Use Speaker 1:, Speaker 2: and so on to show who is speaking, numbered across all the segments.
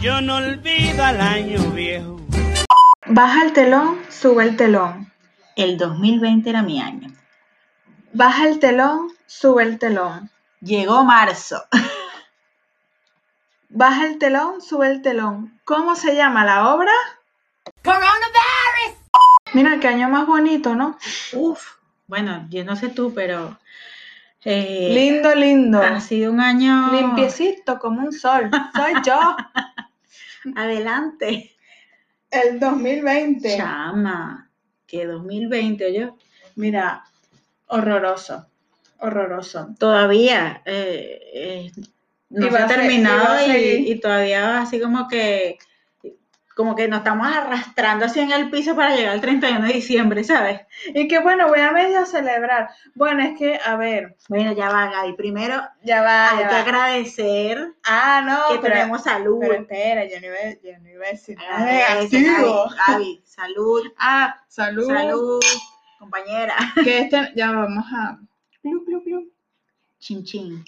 Speaker 1: Yo no olvido al año viejo.
Speaker 2: Baja el telón, sube el telón.
Speaker 3: El 2020 era mi año.
Speaker 2: Baja el telón, sube el telón.
Speaker 3: Llegó marzo.
Speaker 2: Baja el telón, sube el telón. ¿Cómo se llama la obra?
Speaker 4: Coronavirus.
Speaker 2: Mira, qué año más bonito, ¿no?
Speaker 3: Uf, bueno, yo no sé tú, pero eh,
Speaker 2: Lindo, lindo.
Speaker 3: ha sido un año
Speaker 2: Limpiecito como un sol. Soy yo.
Speaker 3: Adelante.
Speaker 2: El 2020.
Speaker 3: Chama, que 2020, yo. Mira, horroroso, horroroso. Todavía eh, eh, no
Speaker 2: Y
Speaker 3: se
Speaker 2: va
Speaker 3: ha
Speaker 2: a ser- y va
Speaker 3: terminado
Speaker 2: a
Speaker 3: y,
Speaker 2: seguir.
Speaker 3: y todavía así como que como que nos estamos arrastrando así en el piso para llegar al 31 de diciembre, ¿sabes?
Speaker 2: Y que bueno, voy a medio celebrar. Bueno, es que, a ver,
Speaker 3: Bueno, ya va, Gaby. Primero
Speaker 2: ya va. Ah,
Speaker 3: hay
Speaker 2: ya
Speaker 3: que
Speaker 2: va.
Speaker 3: agradecer
Speaker 2: Ah, no,
Speaker 3: que
Speaker 2: pero,
Speaker 3: tenemos salud.
Speaker 2: pero espera, yo no iba, yo no iba a decir nada
Speaker 3: Agradece,
Speaker 2: negativo.
Speaker 3: Gaby, Gaby, salud,
Speaker 2: Ah, salud.
Speaker 3: salud, compañera.
Speaker 2: Que este, ya vamos a. glu, glu, glu.
Speaker 3: Chin, chin.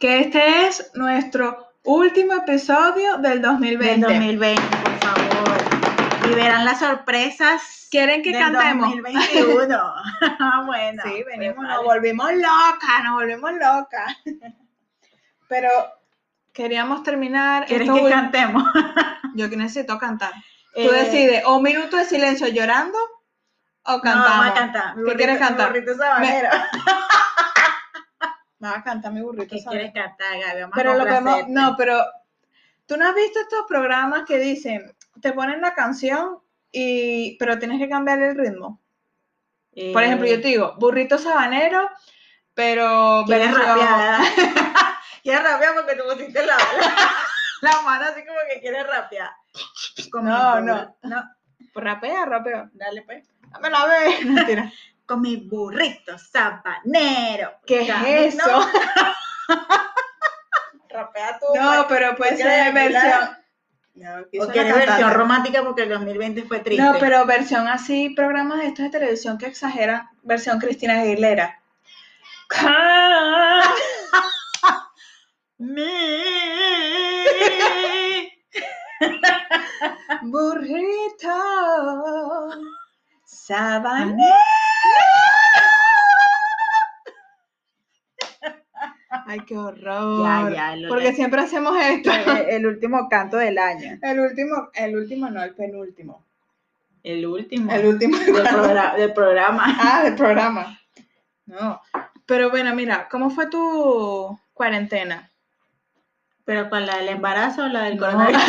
Speaker 2: Que este es nuestro último episodio del 2020.
Speaker 3: Del 2020, por favor. Y verán las sorpresas
Speaker 2: ¿Quieren que
Speaker 3: del
Speaker 2: cantemos?
Speaker 3: 2021. Ah, bueno.
Speaker 2: sí, venimos,
Speaker 3: pues,
Speaker 2: nos
Speaker 3: vale.
Speaker 2: volvimos locas, nos volvimos locas. Pero queríamos terminar.
Speaker 3: ¿Quieres
Speaker 2: esto
Speaker 3: que
Speaker 2: ul-
Speaker 3: cantemos?
Speaker 2: Yo que necesito cantar.
Speaker 3: Eh,
Speaker 2: Tú decides, o un minuto de silencio llorando, o
Speaker 3: No, vamos a
Speaker 2: cantamos.
Speaker 3: cantar. Mi
Speaker 2: ¿Qué quieres
Speaker 3: burrito- mi
Speaker 2: cantar?
Speaker 3: burrito sabanero.
Speaker 2: Vas a cantar mi burrito.
Speaker 3: ¿Qué
Speaker 2: ¿sabes?
Speaker 3: quieres cantar, Gaby? Vamos
Speaker 2: Pero
Speaker 3: a
Speaker 2: lo que hemos-
Speaker 3: complacerte.
Speaker 2: no, pero tú no has visto estos programas que dicen, te ponen la canción y pero tienes que cambiar el ritmo. Por ejemplo, yo te digo, burrito sabanero, pero
Speaker 3: Quieres
Speaker 2: Venezuela-
Speaker 3: rapear. quieres rapear porque tú pusiste la, la mano así como que quieres rapear. Con mi
Speaker 2: No, no.
Speaker 3: burra- no.
Speaker 2: rapea, rapeo.
Speaker 3: Dale pues.
Speaker 2: Dame la vez. Mentira.
Speaker 3: Con mi burrito sabanero.
Speaker 2: ¿Qué es
Speaker 3: Ya,
Speaker 2: eso?
Speaker 3: No, rapea tú.
Speaker 2: No,
Speaker 3: pues.
Speaker 2: pero puede
Speaker 3: quieres
Speaker 2: ser versión.
Speaker 3: bailar?
Speaker 2: No,
Speaker 3: O quieres versión romántica porque el 2020 fue triste.
Speaker 2: No, pero versión así, programas de estos de televisión que exageran, versión Cristina Aguilera.
Speaker 3: Me.
Speaker 2: Burrito, sabanero. Ay, qué horror.
Speaker 3: Ya, ya, lo-
Speaker 2: Porque siempre hacemos esto.
Speaker 3: el último canto del año.
Speaker 2: El último, el último no, el penúltimo.
Speaker 3: El último.
Speaker 2: El último.
Speaker 3: del, progra- del programa.
Speaker 2: Ah, del programa. No. Pero bueno, mira, ¿cómo fue tu cuarentena?
Speaker 3: ¿Pero cuál? ¿La del embarazo o la del
Speaker 2: No.
Speaker 3: coronavirus?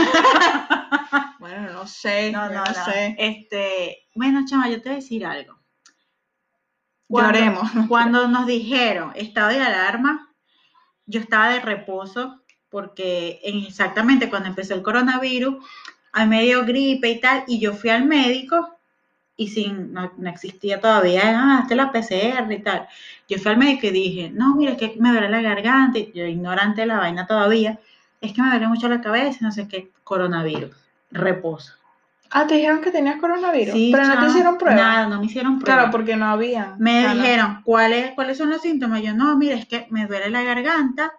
Speaker 2: Bueno, no sé.
Speaker 3: No, no, no.
Speaker 2: sé.
Speaker 3: Este, bueno, chama, yo te voy a decir algo. Cuando-
Speaker 2: Lloremos.
Speaker 3: Cuando nos dijeron estado de alarma, yo estaba de reposo porque en- exactamente cuando empezó el coronavirus, a mí me dio gripe y tal, y yo fui al médico y sin, no, no existía todavía, ah, hazte la PCR y tal. Yo fui al médico y dije, no, mira, es que me duele la garganta, y yo ignorante de la vaina todavía, es que me duele mucho la cabeza, no sé qué, coronavirus, reposo.
Speaker 2: Ah, te dijeron que tenías coronavirus.
Speaker 3: Sí,
Speaker 2: pero no te
Speaker 3: chama,
Speaker 2: hicieron pruebas.
Speaker 3: Nada, no me hicieron pruebas.
Speaker 2: Claro, porque no había.
Speaker 3: Me
Speaker 2: O sea, no-
Speaker 3: dijeron, ¿cuáles, ¿cuáles son los síntomas? Yo, no, mira, es que me duele la garganta,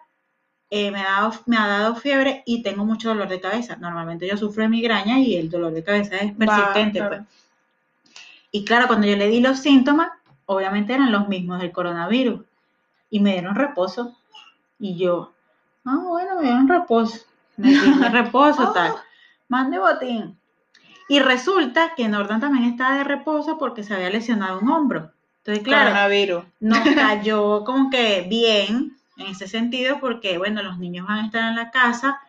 Speaker 3: eh, me, ha dado, me ha dado fiebre y tengo mucho dolor de cabeza. Normalmente yo sufro de migraña y el dolor de cabeza es
Speaker 2: Va,
Speaker 3: persistente.
Speaker 2: claro.
Speaker 3: pues. Y claro, cuando yo le di los síntomas, obviamente eran los mismos del coronavirus. Y me dieron reposo. Y yo, ah, bueno, me dieron reposo. Me dieron reposo, tal. Mande botín. Y resulta que Norton también estaba de reposo porque se había lesionado un hombro. Entonces, claro,
Speaker 2: Coronavirus.
Speaker 3: nos cayó como que bien en ese sentido porque, bueno, los niños van a estar en la casa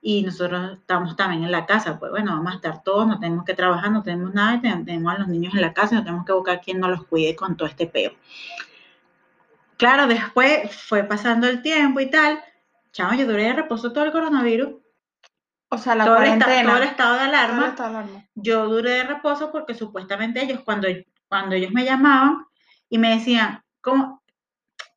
Speaker 3: y nosotros estamos también en la casa. Pues bueno, vamos a estar todos, no tenemos que trabajar, no tenemos nada, y ten- tenemos a los niños en la casa, y no tenemos que buscar quien nos los cuide con todo este peo. Claro, después fue pasando el tiempo y tal. Chamo, yo duré de reposo todo el coronavirus,
Speaker 2: O sea, la
Speaker 3: todo, el esta-
Speaker 2: cuarentena.
Speaker 3: todo el estado de
Speaker 2: Todo el
Speaker 3: alarma
Speaker 2: estado de alarma.
Speaker 3: yo duré de reposo porque supuestamente ellos, cuando, cuando ellos me llamaban y me decían, como
Speaker 2: Como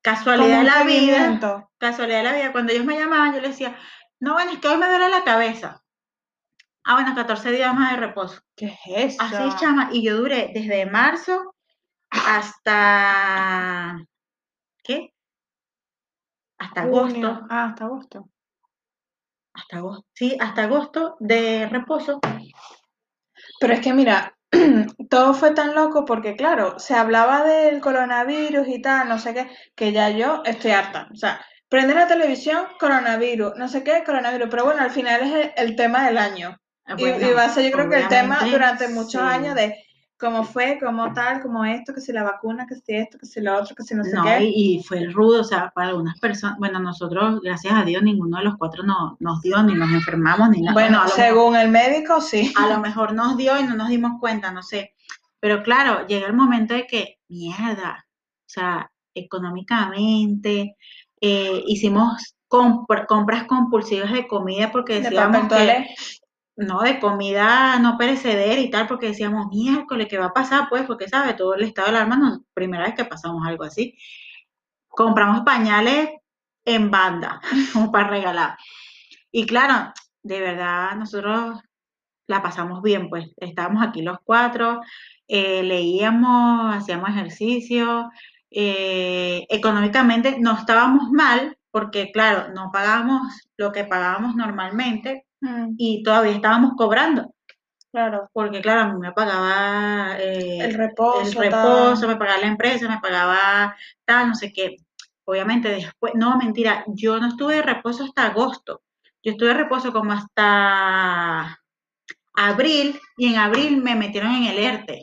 Speaker 3: casualidad de
Speaker 2: un
Speaker 3: la vida,
Speaker 2: seguimiento.
Speaker 3: casualidad de la vida, cuando ellos me llamaban, yo les decía, no, bueno, es que hoy me duele la cabeza. Ah, bueno, 14 días más de reposo.
Speaker 2: ¿Qué es eso?
Speaker 3: Así, chama, y yo duré desde marzo hasta, ¿qué? Hasta
Speaker 2: Junio.
Speaker 3: agosto,
Speaker 2: Ah, hasta agosto.
Speaker 3: hasta agosto, sí, hasta agosto de reposo.
Speaker 2: Pero es que mira, todo fue tan loco porque, claro, se hablaba del coronavirus y tal, no sé qué, que ya yo estoy harta. O sea, prende la televisión, coronavirus, no sé qué, coronavirus. Pero bueno, al final es el, el tema del año.
Speaker 3: Ah,
Speaker 2: Y,
Speaker 3: bueno,
Speaker 2: y va a ser, yo creo que el tema
Speaker 3: obviamente,
Speaker 2: durante muchos
Speaker 3: sí.
Speaker 2: años de cómo fue, cómo tal, cómo esto, que si la vacuna, que si esto, que si lo otro, que si no sé
Speaker 3: No,
Speaker 2: qué.
Speaker 3: y, y fue rudo, o sea, para algunas personas, bueno, nosotros, gracias a Dios, ninguno de los cuatro no- nos dio, ni nos enfermamos, ni nada.
Speaker 2: bueno,
Speaker 3: a lo mejor-
Speaker 2: según el médico, sí.
Speaker 3: a lo mejor nos dio y no nos dimos cuenta, no sé. Pero claro, llega el momento de que, mierda, o sea, económicamente, eh, hicimos compra- compras compulsivas de comida porque
Speaker 2: De papel
Speaker 3: decíamos que,
Speaker 2: toalé.
Speaker 3: no, de comida no perecedera y tal, porque decíamos, miércoles, ¿qué va a pasar? Pues, porque, ¿sabes? Todo el estado de alarma, no, primera vez que pasamos algo así. Compramos pañales en banda, como para regalar. Y claro, de verdad, nosotros la pasamos bien, pues, estábamos aquí los cuatro, eh, leíamos, hacíamos ejercicio, eh, económicamente no estábamos mal, porque, claro, no pagábamos lo que pagábamos normalmente,
Speaker 2: Mm,
Speaker 3: y todavía estábamos cobrando,
Speaker 2: claro,
Speaker 3: porque claro, a mí me pagaba eh,
Speaker 2: el
Speaker 3: el,
Speaker 2: reposo. tal.
Speaker 3: reposo, me pagaba la empresa, me pagaba tal, no sé qué. Obviamente después, no, mentira, yo no estuve de reposo hasta agosto. Yo estuve de reposo como hasta abril y en abril me metieron en el ERTE.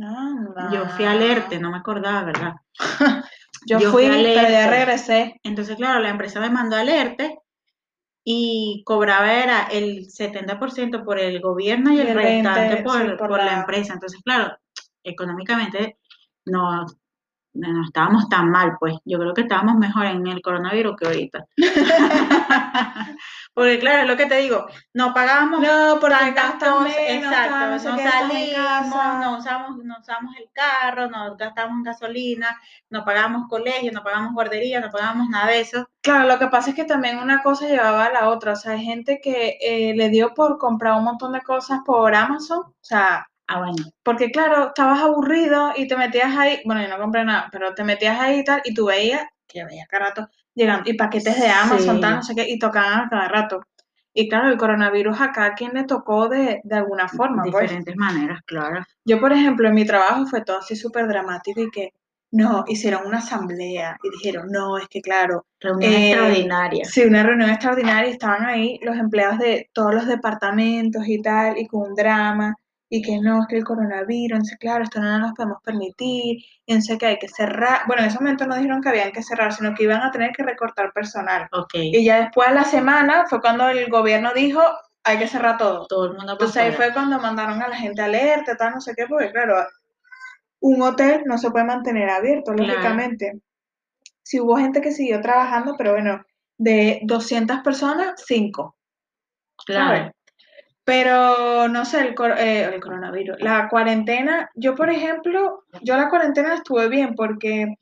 Speaker 2: Anda.
Speaker 3: Yo fui
Speaker 2: Ah.
Speaker 3: al ERTE, no me acordaba, ¿verdad?
Speaker 2: Yo,
Speaker 3: Yo
Speaker 2: fui,
Speaker 3: fui al
Speaker 2: pero ya
Speaker 3: ERTE.
Speaker 2: regresé.
Speaker 3: Entonces, claro, la empresa me mandó al ERTE y cobraba era el 70% por el gobierno y,
Speaker 2: Y
Speaker 3: el,
Speaker 2: el
Speaker 3: restante
Speaker 2: 20,
Speaker 3: por,
Speaker 2: sí, por
Speaker 3: por la...
Speaker 2: la-
Speaker 3: empresa. Entonces, claro, económicamente no, no, no estábamos tan mal, pues. Yo creo que estábamos mejor en el coronavirus que ahorita. Porque, claro, es lo que te digo, no pagábamos
Speaker 2: No, porque
Speaker 3: Tantas
Speaker 2: gastas
Speaker 3: cosas,
Speaker 2: menos,
Speaker 3: exacto,
Speaker 2: tal, no sé
Speaker 3: no
Speaker 2: qué, estás en casa.
Speaker 3: salimos, no usamos, no usamos el carro, no gastamos gasolina, no pagamos colegio, no pagamos guardería, no pagamos nada de eso.
Speaker 2: Claro, lo que pasa es que también una cosa llevaba a la otra. O sea, hay gente que eh, le dio por comprar un montón de cosas por Amazon. O sea,
Speaker 3: Ah, bueno,
Speaker 2: porque claro, estabas aburrido y te metías ahí. Bueno, yo no compré nada, pero te metías ahí y tal. Y tú veías, que veías cada rato, llegando. Y paquetes de Amazon,
Speaker 3: Sí.
Speaker 2: tal, no sé qué. Y tocaban a cada rato. Y claro, el coronavirus acá, ¿a quién le tocó de, de alguna forma? Pues.
Speaker 3: diferentes maneras, claro.
Speaker 2: Yo, por ejemplo, en mi trabajo fue todo así súper dramático y que no, hicieron una asamblea y dijeron, no, es que claro,
Speaker 3: Reunión
Speaker 2: Eh,
Speaker 3: extraordinaria.
Speaker 2: sí, una reunión extraordinaria, y estaban ahí los empleados de todos los departamentos y tal, y con un drama, y que no, es que el coronavirus, entonces claro, esto no nos podemos permitir, y entonces que hay que cerrar, bueno, en ese momento no dijeron que habían que cerrar, sino que iban a tener que recortar personal.
Speaker 3: Ok,
Speaker 2: Y ya después de la semana fue cuando el gobierno dijo, hay que cerrar todo.
Speaker 3: todo el mundo
Speaker 2: Entonces ahí
Speaker 3: pasó.
Speaker 2: fue cuando mandaron a la gente alerta, tal, no sé qué, porque claro, un hotel no se puede mantener abierto,
Speaker 3: Claro.
Speaker 2: lógicamente. Si hubo gente que siguió trabajando, pero bueno, de 200 personas, 5.
Speaker 3: Claro,
Speaker 2: ¿sabes? Pero no sé, el, cor- eh, el coronavirus, la cuarentena, yo por ejemplo, yo la cuarentena estuve bien porque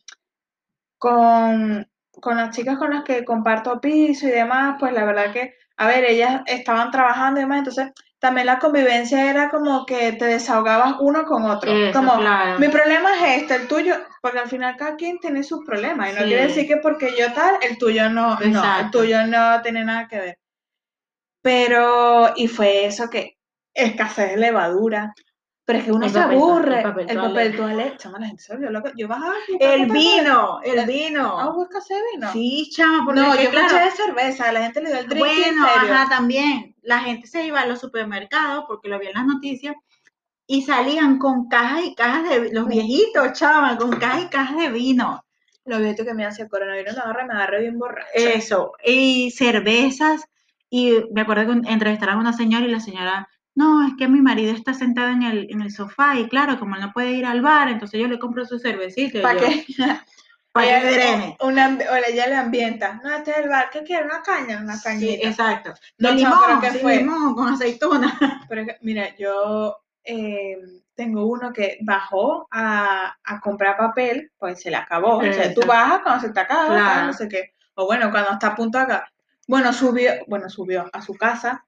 Speaker 2: con, con las chicas con las que comparto piso y demás, pues la verdad que, a ver, ellas estaban trabajando y demás, entonces también la convivencia era como que te desahogabas uno con otro,
Speaker 3: eso,
Speaker 2: como
Speaker 3: claro.
Speaker 2: mi problema es este, el tuyo, porque al final cada quien tiene sus problemas y no
Speaker 3: Sí.
Speaker 2: quiere decir que porque yo tal, el tuyo no, no, el
Speaker 3: Exacto.
Speaker 2: tuyo no tiene nada que ver. Pero, y fue eso que escasez de levadura. Pero es que uno
Speaker 3: El
Speaker 2: se
Speaker 3: papel to- el
Speaker 2: aburre.
Speaker 3: papel
Speaker 2: el
Speaker 3: toalé.
Speaker 2: papel toalé. Chama, la gente se volvió loca. Yo bajaba. y yo
Speaker 3: El
Speaker 2: bajaba,
Speaker 3: vino, el
Speaker 2: Ah,
Speaker 3: vino.
Speaker 2: hubo escasez de vino.
Speaker 3: Sí, chama, porque
Speaker 2: no,
Speaker 3: es que,
Speaker 2: yo
Speaker 3: claro,
Speaker 2: escuché de cerveza. La gente le dio el drink.
Speaker 3: Bueno,
Speaker 2: en serio.
Speaker 3: ajá, también. La gente se iba a los supermercados, porque lo vi en las noticias, y salían con cajas y cajas de los viejitos, chaval, con cajas y cajas de vino.
Speaker 2: Lo vi tú que me hacía coronavirus. Me agarra, me agarra bien borracho.
Speaker 3: Eso. Y cervezas. Y me acuerdo que un- entrevistaron a una señora y la señora, no, es que mi marido está sentado en el, en el sofá y claro, como él no puede ir al bar, entonces yo le compro su cervecita. y
Speaker 2: ¿Para
Speaker 3: yo,
Speaker 2: qué?
Speaker 3: "Pa' que
Speaker 2: Ella-
Speaker 3: drene".
Speaker 2: una, o la- ella le ambienta. No, este es el bar. ¿Qué quiere? Una caña, una
Speaker 3: Sí,
Speaker 2: cañita.
Speaker 3: exacto.
Speaker 2: No,
Speaker 3: De
Speaker 2: chama, pero
Speaker 3: limón,
Speaker 2: ¿qué
Speaker 3: sí,
Speaker 2: fue?
Speaker 3: limón con aceituna.
Speaker 2: Pero es que, mira, yo eh, tengo uno que bajó a, a comprar papel, pues se le acabó. O sea, tú
Speaker 3: Exacto.
Speaker 2: bajas cuando se te acaba, tal,
Speaker 3: Claro.
Speaker 2: no sé qué. O bueno, cuando está a punto de acabar. Bueno, subió, bueno, subió a su casa.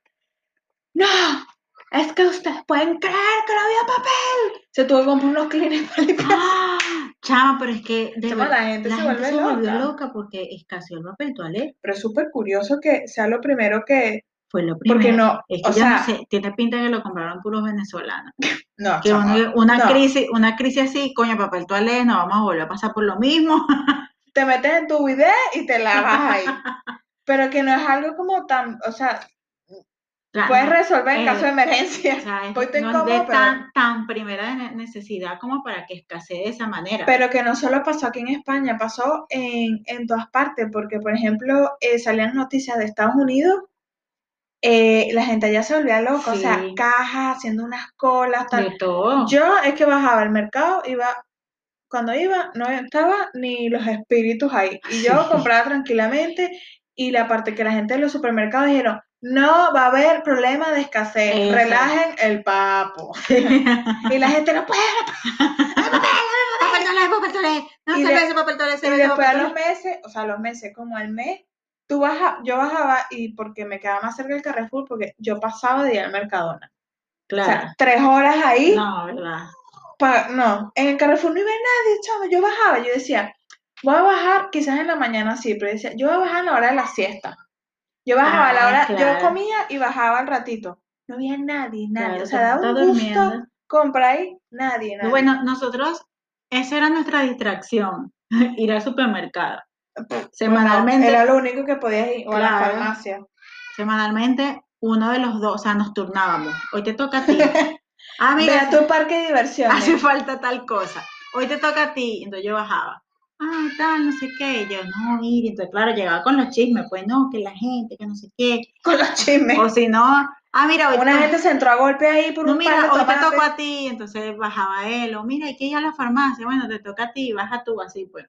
Speaker 2: ¡No! Es que ustedes pueden creer que no había papel. Se tuvo que comprar unos clines para limpiar.
Speaker 3: ¡Ah! Chama, pero es que de
Speaker 2: Chama, la
Speaker 3: verdad,
Speaker 2: gente
Speaker 3: la
Speaker 2: se
Speaker 3: gente
Speaker 2: vuelve
Speaker 3: se volvió
Speaker 2: loca.
Speaker 3: loca porque escaseó el papel toalé.
Speaker 2: Pero es súper curioso que sea lo primero que.
Speaker 3: Fue lo primero.
Speaker 2: Porque no,
Speaker 3: Es que
Speaker 2: o
Speaker 3: yo no
Speaker 2: sea,
Speaker 3: sé, tiene pinta que lo compraron puros venezolanos.
Speaker 2: no,
Speaker 3: Que
Speaker 2: chama,
Speaker 3: uno- una,
Speaker 2: no.
Speaker 3: crisis, una crisis así, coño, papel toalé, no vamos a volver a pasar por lo mismo.
Speaker 2: Te metes en tu video y te lavas ahí. Pero que no es algo como tan, o sea,
Speaker 3: Claro,
Speaker 2: puedes
Speaker 3: no,
Speaker 2: resolver en
Speaker 3: eh,
Speaker 2: caso de
Speaker 3: o
Speaker 2: emergencia,
Speaker 3: sea, es-
Speaker 2: hoy Pues estoy
Speaker 3: no es
Speaker 2: incómodo,
Speaker 3: de
Speaker 2: pero-
Speaker 3: tan, tan primera ne- necesidad como para que escasee de esa manera.
Speaker 2: pero que no solo pasó aquí en España, pasó en, en todas partes, porque por ejemplo eh, salían noticias de Estados Unidos, eh, la gente allá se volvía loca, o sea,
Speaker 3: Sí.
Speaker 2: cajas, haciendo unas colas, tal.
Speaker 3: de todo.
Speaker 2: Yo es que bajaba al mercado, iba, cuando iba, no estaba ni los espíritus ahí. Y yo
Speaker 3: Sí.
Speaker 2: compraba tranquilamente. Y la parte que la gente de los supermercados dijeron, no va a haber problema de escasez,
Speaker 3: Exacto.
Speaker 2: relajen el papo. y la gente no puede.
Speaker 3: papel toalé, papel toalé. No
Speaker 2: Y
Speaker 3: se
Speaker 2: de-
Speaker 3: ve ese papel toalé, se
Speaker 2: Y
Speaker 3: ve ese
Speaker 2: después
Speaker 3: papel
Speaker 2: a
Speaker 3: toalé.
Speaker 2: los meses, o sea, a los meses como al mes, tú baja, yo bajaba y porque me quedaba más cerca del Carrefour, porque yo pasaba de ir al Mercadona. O
Speaker 3: Claro.
Speaker 2: sea, tres horas ahí.
Speaker 3: no, verdad.
Speaker 2: pa- no, en el Carrefour no iba nadie, chamo. Yo bajaba, yo decía, voy a bajar quizás en la mañana sí, pero decía, yo voy a bajar a la hora de la siesta. Yo bajaba a la
Speaker 3: Ah,
Speaker 2: hora,
Speaker 3: claro.
Speaker 2: yo comía y bajaba al ratito. No había nadie, nadie.
Speaker 3: claro,
Speaker 2: o sea,
Speaker 3: todo el
Speaker 2: daba
Speaker 3: mundo
Speaker 2: un gusto
Speaker 3: durmiendo.
Speaker 2: comprar ahí, nadie, nadie.
Speaker 3: Bueno, nosotros, esa era nuestra distracción, ir al supermercado. Semanalmente,
Speaker 2: Era lo único que podías ir, o a la
Speaker 3: Claro.
Speaker 2: farmacia.
Speaker 3: semanalmente, uno de los dos, o sea, nos turnábamos. Hoy te toca a ti. Ah,
Speaker 2: Ve
Speaker 3: mira,
Speaker 2: a tu parque de diversiones.
Speaker 3: hace falta tal cosa. Hoy te toca a ti. Entonces yo bajaba. Ah, tal, no sé qué. Y yo, no, mira. Entonces, claro, llegaba con los chismes. Pues no, que la gente, que no sé qué.
Speaker 2: Con los chismes.
Speaker 3: O si no, ah, mira, hoy
Speaker 2: Una
Speaker 3: te-
Speaker 2: gente se entró a golpe ahí por
Speaker 3: No,
Speaker 2: un par de
Speaker 3: mira, hoy te
Speaker 2: tomates.
Speaker 3: tocó a ti, entonces bajaba él, o mira, hay que ir a la farmacia, bueno, te toca a ti, baja tú, así pues.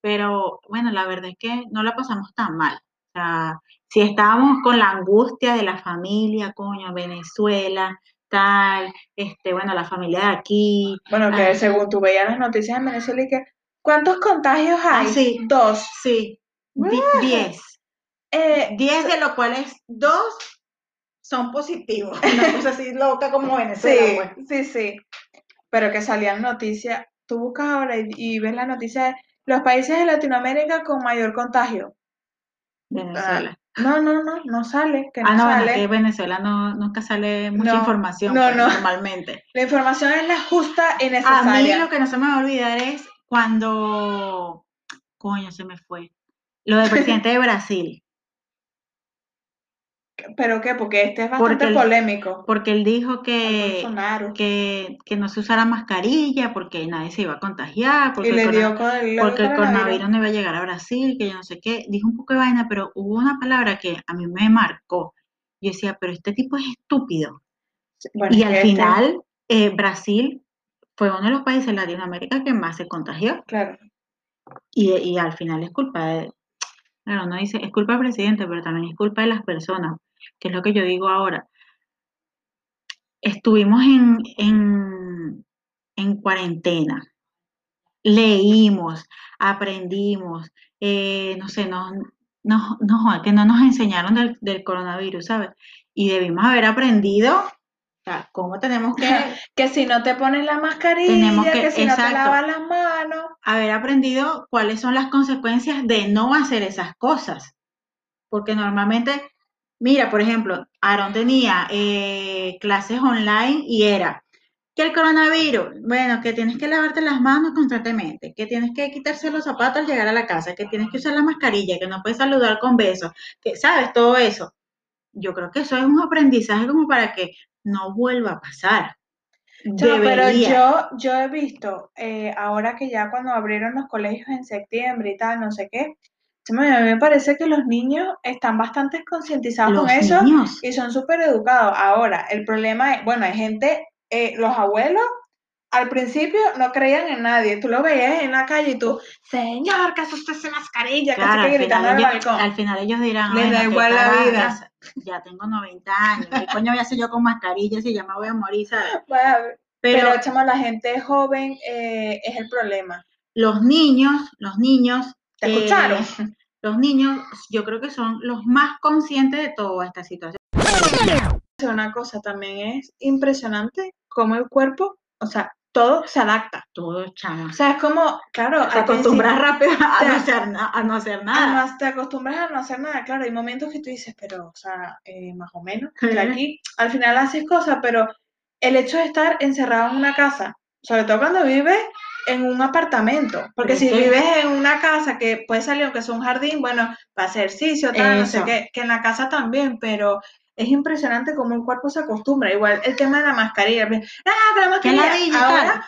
Speaker 3: Pero bueno, la verdad es que no la pasamos tan mal. O sea, si estábamos con la angustia de la familia, coño, Venezuela, tal, este, bueno, la familia de aquí,
Speaker 2: Bueno, que
Speaker 3: Ah.
Speaker 2: según tú veías las noticias en Venezuela y que, ¿cuántos contagios hay?
Speaker 3: sí.
Speaker 2: Dos.
Speaker 3: sí, di- 10.
Speaker 2: Eh,
Speaker 3: 10 de los cuales dos son positivos. Una cosa así loca como Venezuela,
Speaker 2: Sí,
Speaker 3: pues.
Speaker 2: sí, sí. Pero que salían noticias. Tú buscas ahora y, y ves la noticia de los países de Latinoamérica con mayor contagio.
Speaker 3: Venezuela.
Speaker 2: No, no, no, no sale, que no
Speaker 3: Ah, no, bueno,
Speaker 2: sale.
Speaker 3: que Venezuela no, nunca sale mucha
Speaker 2: No,
Speaker 3: información
Speaker 2: no,
Speaker 3: pues,
Speaker 2: no.
Speaker 3: normalmente.
Speaker 2: La información es la justa y
Speaker 3: A mí lo
Speaker 2: necesaria.
Speaker 3: que no se me va a olvidar es cuando, coño, se me fue, lo del presidente de Brasil,
Speaker 2: ¿Pero qué? Porque este es bastante
Speaker 3: Porque el-
Speaker 2: polémico.
Speaker 3: porque él dijo que,
Speaker 2: Bolsonaro.
Speaker 3: que, que no se usara mascarilla, porque nadie se iba a contagiar, porque
Speaker 2: y le
Speaker 3: el corona-
Speaker 2: dio con el, le dio
Speaker 3: porque el
Speaker 2: coronavirus.
Speaker 3: coronavirus no iba a llegar a Brasil, que yo no sé qué. Dijo un poco de vaina, pero hubo una palabra que a mí me marcó. Yo decía, pero este tipo es estúpido.
Speaker 2: Bueno,
Speaker 3: Y
Speaker 2: es
Speaker 3: al
Speaker 2: que este-
Speaker 3: final, eh, Brasil fue uno de los países de Latinoamérica que más se contagió.
Speaker 2: Claro.
Speaker 3: Y, y al final es culpa de. Claro, no dice, es culpa del presidente, pero también es culpa de las personas, que es lo que yo digo ahora. Estuvimos en, en, en cuarentena, leímos, aprendimos, eh, no sé, no, no, no, joda, que no nos enseñaron del, del coronavirus, ¿sabes? Y debimos haber aprendido o sea, cómo tenemos que
Speaker 2: Que si no te pones la mascarilla,
Speaker 3: Tenemos que-
Speaker 2: que, si no te
Speaker 3: exacto.
Speaker 2: lavas las manos.
Speaker 3: haber aprendido cuáles son las consecuencias de no hacer esas cosas. Porque normalmente, mira, por ejemplo, Aaron tenía eh, clases online y era que el coronavirus, bueno, que tienes que lavarte las manos constantemente, que tienes que quitarse los zapatos al llegar a la casa, que tienes que usar la mascarilla, que no puedes saludar con besos, que sabes todo eso. Yo creo que eso es un aprendizaje como para que no vuelva a pasar.
Speaker 2: Chama, pero
Speaker 3: Debería.
Speaker 2: yo, yo he visto, eh, ahora que ya cuando abrieron los colegios en septiembre y tal, no sé qué, chama, a mí me parece que los niños están bastante concientizados con
Speaker 3: Los
Speaker 2: eso
Speaker 3: niños.
Speaker 2: y son súper educados. Ahora, el problema es, bueno, hay gente, eh, los abuelos al principio no creían en nadie, tú lo veías en la calle y tú, señor, que usted se mascarilla, que así
Speaker 3: Claro, al
Speaker 2: que gritando
Speaker 3: final,
Speaker 2: al
Speaker 3: ellos,
Speaker 2: balcón.
Speaker 3: al final ellos dirán,
Speaker 2: Les
Speaker 3: "Ay,
Speaker 2: da
Speaker 3: no, qué
Speaker 2: igual la
Speaker 3: carajo,
Speaker 2: vida".
Speaker 3: ya sa- Ya tengo 90 años, ¿qué coño voy a hacer yo con mascarilla si ya me voy a morir, ¿sabes?
Speaker 2: Bueno,
Speaker 3: Pero,
Speaker 2: Pero, chama, la gente joven eh, es el problema.
Speaker 3: los niños, los niños,
Speaker 2: ¿Te
Speaker 3: eh,
Speaker 2: escucharon?
Speaker 3: los niños, yo creo que son los más conscientes de toda esta situación.
Speaker 2: una cosa, también es impresionante cómo el cuerpo, o sea, todo se adapta.
Speaker 3: Todo chama.
Speaker 2: O sea, es como, claro,
Speaker 3: Te
Speaker 2: al
Speaker 3: acostumbras rápido a
Speaker 2: sea,
Speaker 3: no hacer, na- a no hacer
Speaker 2: principio,
Speaker 3: nada.
Speaker 2: a no- te acostumbras a no hacer nada, claro, hay momentos que tú dices, pero, o sea, eh, más o menos, que
Speaker 3: Ujú.
Speaker 2: aquí al final haces cosas, pero el hecho de estar encerrado en una casa, sobre todo cuando vives en un apartamento, porque
Speaker 3: Pero
Speaker 2: si
Speaker 3: es que-
Speaker 2: vives en una casa que puede salir aunque sea un jardín, bueno, para hacer ejercicio, tal, no sé
Speaker 3: Eso.
Speaker 2: qué, que en la casa también, pero es impresionante cómo el cuerpo se acostumbra, igual el tema de la mascarilla, ah, que la
Speaker 3: Que
Speaker 2: mascarilla,
Speaker 3: la di,
Speaker 2: ahora
Speaker 3: tal.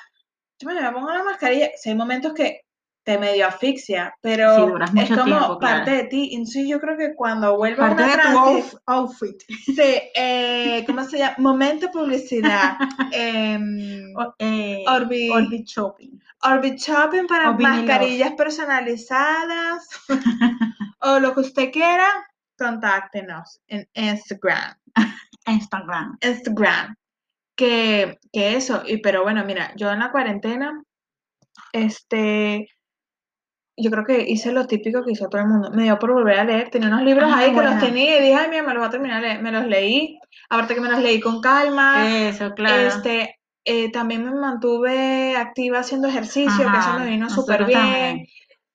Speaker 2: yo me la pongo la mascarilla, si hay momentos que te medio asfixia, pero
Speaker 3: Sí, duras
Speaker 2: es
Speaker 3: mucho
Speaker 2: como
Speaker 3: tiempo, claro.
Speaker 2: parte de ti. Entonces yo creo que cuando vuelva
Speaker 3: Parte
Speaker 2: una
Speaker 3: de tu
Speaker 2: transi,
Speaker 3: outf- outfit.
Speaker 2: sí, eh, ¿cómo se llama? Momento publicidad. em,
Speaker 3: O- eh,
Speaker 2: Orbi,
Speaker 3: Orbit Shopping.
Speaker 2: Orbit Shopping para
Speaker 3: Orbi Love.
Speaker 2: mascarillas personalizadas o lo que usted quiera, contáctenos en Instagram.
Speaker 3: Instagram.
Speaker 2: Instagram. Que, que eso, y pero bueno, mira, yo en la cuarentena, este, yo creo que hice lo típico que hizo todo el mundo. Me dio por volver a leer, tenía unos libros
Speaker 3: Ah,
Speaker 2: ahí que
Speaker 3: buena.
Speaker 2: los tenía y dije, ay, mira, me los voy a terminar de leer. Me los leí, aparte que me los leí con calma.
Speaker 3: Eso, Eh, claro.
Speaker 2: Ah, Este, eh, también me mantuve activa haciendo ejercicio, que eso
Speaker 3: Ajá,
Speaker 2: me vino
Speaker 3: nosotros
Speaker 2: súper bien.
Speaker 3: también.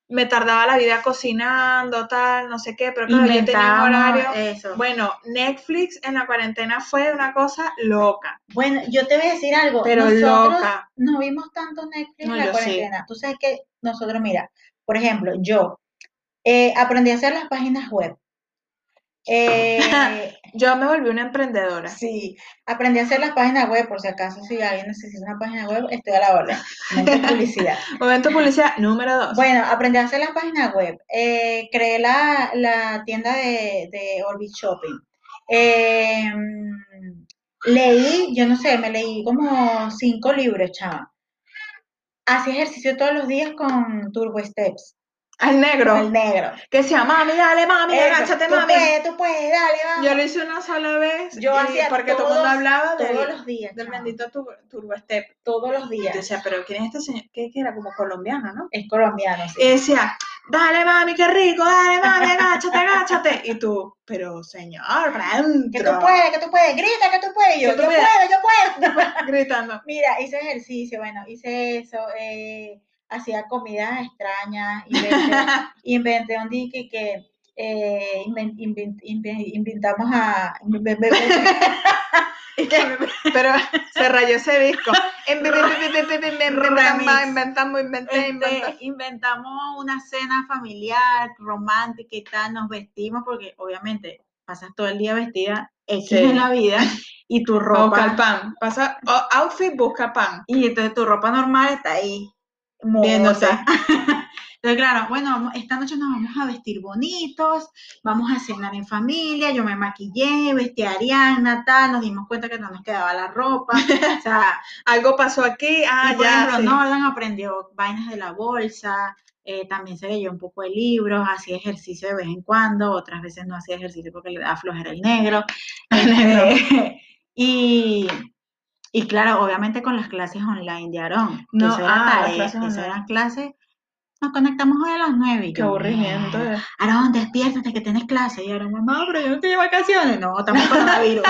Speaker 2: Me tardaba la vida cocinando, tal, no sé qué, pero claro, yo tenía un
Speaker 3: Inventábamos
Speaker 2: horario.
Speaker 3: Eso.
Speaker 2: Bueno, Netflix en la cuarentena fue una cosa loca,
Speaker 3: Bueno, yo te voy a decir algo.
Speaker 2: pero
Speaker 3: nosotros
Speaker 2: loca.
Speaker 3: no vimos tanto Netflix
Speaker 2: No,
Speaker 3: en la
Speaker 2: yo sí.
Speaker 3: cuarentena. Tú sabes que nosotros, mira, por ejemplo, yo eh, aprendí a hacer las páginas web. Eh,
Speaker 2: Yo me volví una emprendedora.
Speaker 3: sí, aprendí a hacer las páginas web, por si acaso si alguien necesita una página web, estoy a la orden. Momento publicidad.
Speaker 2: Momento publicidad número dos.
Speaker 3: Bueno, aprendí a hacer las páginas web. Eh, creé la, la tienda de, de Orbit Shopping. Eh, leí, yo no sé, me leí como cinco libros, chava. Hacía ejercicio todos los días con Turbo Steps,
Speaker 2: Al negro,
Speaker 3: con el negro.
Speaker 2: que sea mami, dale mami,
Speaker 3: Eso,
Speaker 2: agánchate
Speaker 3: tú
Speaker 2: mami.
Speaker 3: puedes, tú puedes, dale, vamos.
Speaker 2: Yo lo hice una sola vez.
Speaker 3: Yo
Speaker 2: y-
Speaker 3: hacía
Speaker 2: porque todo el
Speaker 3: todos-
Speaker 2: mundo hablaba del,
Speaker 3: todos los días,
Speaker 2: del
Speaker 3: chava,
Speaker 2: bendito tur- Turbo Step.
Speaker 3: todos los
Speaker 2: Y yo
Speaker 3: días.
Speaker 2: decía, pero ¿quién es este señor? Que que era como colombiano, ¿no?
Speaker 3: Es colombiano, sí.
Speaker 2: Y decía, dale mami, qué rico, dale mami, agáchate, agáchate. Y tú, pero señor,
Speaker 3: Que
Speaker 2: dentro.
Speaker 3: tú puedes, que tú puedes, grita que tú puedes. Yo,
Speaker 2: Que tú
Speaker 3: yo
Speaker 2: puedes.
Speaker 3: puedo, yo puedo.
Speaker 2: Gritando.
Speaker 3: Mira, hice ejercicio, bueno, hice eso, eh, hacía comidas extrañas, inventé, inventé un dique que eh, inven- inven- inven- inventamos a... inven- inven-
Speaker 2: Y que- Pero se rayó ese disco. Inventamos,
Speaker 3: Remix.
Speaker 2: inventamos, inventé,
Speaker 3: este,
Speaker 2: inventé.
Speaker 3: inventamos una cena familiar, romántica y tal, nos vestimos porque obviamente pasas todo el día vestida, X
Speaker 2: Sí.
Speaker 3: en la vida, y tu
Speaker 2: Busca
Speaker 3: ropa...
Speaker 2: el pan. Pasa, o- outfit busca pan.
Speaker 3: Y entonces tu ropa normal está ahí.
Speaker 2: Viéndose.
Speaker 3: mohosa. Entonces, claro, bueno, vamos- esta noche nos vamos a vestir bonitos, vamos a cenar en familia, yo me maquillé, vestí a Ariana, tal, nos dimos cuenta que no nos quedaba la ropa. O sea,
Speaker 2: Algo pasó aquí. Ah,
Speaker 3: y por
Speaker 2: ya.
Speaker 3: ejemplo,
Speaker 2: sí.
Speaker 3: Nolan aprendió vainas de la bolsa, eh, también se leyó un poco de libros, hacía ejercicio de vez en cuando, otras veces no hacía ejercicio porque le da flojera el negro. Este, y, y claro, obviamente con las clases online de Aarón. que
Speaker 2: No,
Speaker 3: eso era
Speaker 2: ah, las
Speaker 3: tarea,
Speaker 2: clases
Speaker 3: eso
Speaker 2: online.
Speaker 3: eran clases. Nos conectamos hoy a las 9.
Speaker 2: Qué aburrimiento. eh.
Speaker 3: Aarón, despiértate que tienes clase. Y Aarón, mamá, pero yo no estoy de vacaciones. No, estamos en coronavirus.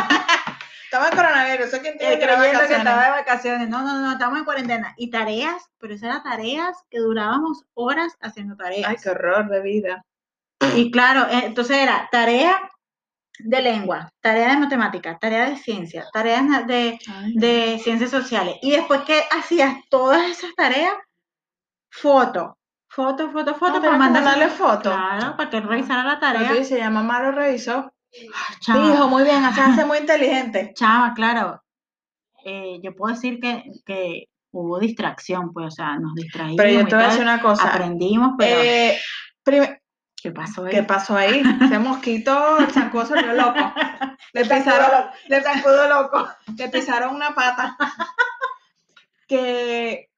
Speaker 2: Estaba el coronavirus. ¿eso ¿Quién tiene
Speaker 3: El
Speaker 2: que ir a
Speaker 3: Eh, creyendo que
Speaker 2: vacaciones?
Speaker 3: estaba de vacaciones. No, no, no, estamos en cuarentena. Y tareas, pero eso eran tareas que durábamos horas haciendo tareas.
Speaker 2: Ay, qué horror de vida.
Speaker 3: Y claro, eh, entonces era tarea de lengua, tarea de matemática, tarea de ciencia, tareas na- de, de ciencias sociales. Y después que hacías todas esas tareas, foto, foto, foto, foto,
Speaker 2: Foto Ah, para mandarle foto.
Speaker 3: Claro, para que él revisara la
Speaker 2: Pero
Speaker 3: tarea.
Speaker 2: tú dices, ya mamá lo revisó.
Speaker 3: Chama,
Speaker 2: Dijo, muy bien, así hace muy inteligente.
Speaker 3: chama, claro. Eh, yo puedo decir que, que hubo distracción, pues, o sea, nos distraímos.
Speaker 2: Pero yo
Speaker 3: y
Speaker 2: te voy a
Speaker 3: tal,
Speaker 2: decir una cosa.
Speaker 3: Aprendimos, pero
Speaker 2: Eh, prim-
Speaker 3: ¿qué pasó ahí?
Speaker 2: ¿Qué pasó ahí? Ese mosquito el zancudo se volvió loco. Le pisaron, le loco. Le pisaron una pata. Que,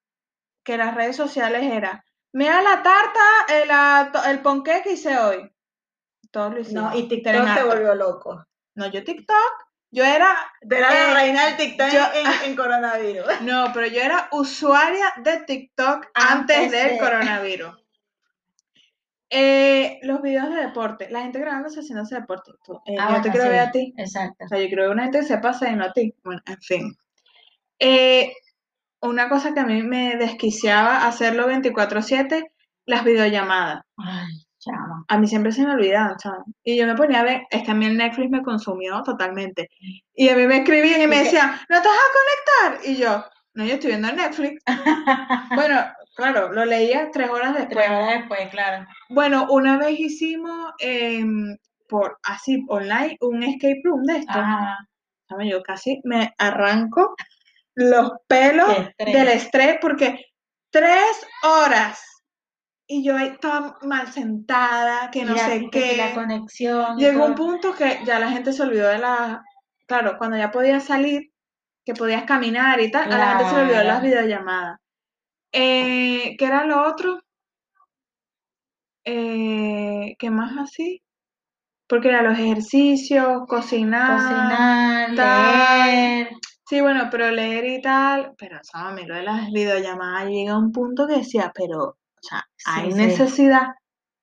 Speaker 2: que las redes sociales era, mira la tarta, eh, la to- el, ponqué que hice hoy. Todo lo hicimos.
Speaker 3: No, y TikTok
Speaker 2: Tenés
Speaker 3: se
Speaker 2: harto.
Speaker 3: volvió loco.
Speaker 2: No, yo TikTok, yo era,
Speaker 3: Era
Speaker 2: Eh,
Speaker 3: la reina del TikTok
Speaker 2: yo-
Speaker 3: en, en coronavirus.
Speaker 2: no, pero yo era usuaria de TikTok antes,
Speaker 3: Antes
Speaker 2: del
Speaker 3: de-
Speaker 2: coronavirus. Eh, los videos de deporte, la gente grabándose haciéndose deporte. Tú, eh, yo te quiero ver a ti.
Speaker 3: ah, Exacto.
Speaker 2: O sea, yo creo que una gente se pasa y no a ti. Bueno, en fin. Eh, una cosa que a mí me desquiciaba hacerlo 24/7, las videollamadas.
Speaker 3: Ay, chama.
Speaker 2: A mí siempre se me olvidaban, chamo. Y yo me ponía a ver, es que a mí el Netflix me consumió totalmente. Y a mí me escribían y me
Speaker 3: ¿Y qué?
Speaker 2: decían, ¿no te vas a conectar? Y yo, no, yo estoy viendo Netflix. bueno, claro, lo leía tres horas después.
Speaker 3: Tres horas después, claro.
Speaker 2: Bueno, una vez hicimos em, por así online un escape room de esto.
Speaker 3: Ajá.
Speaker 2: Chama, Yo casi me arranco los pelos
Speaker 3: Qué estrés.
Speaker 2: del estrés porque tres horas y yo ahí estaba mal sentada, que no
Speaker 3: Y la-
Speaker 2: sé
Speaker 3: y
Speaker 2: qué.
Speaker 3: La conexión. y
Speaker 2: Llegó un
Speaker 3: todo.
Speaker 2: punto que ya la gente se olvidó de la... Claro, cuando ya podías salir, que podías caminar y tal, a la gente se le olvidó las
Speaker 3: Claro.
Speaker 2: videollamadas. Eh, ¿qué era lo otro? Eh, ¿qué más así? Porque era los ejercicios, cocinar.
Speaker 3: Cocinar,
Speaker 2: tal.
Speaker 3: leer.
Speaker 2: Sí, bueno, pero leer y tal. Pero, o a mí lo de las videollamadas llega a un punto que decía, pero, o sea, hay
Speaker 3: Sí, sí.
Speaker 2: necesidad.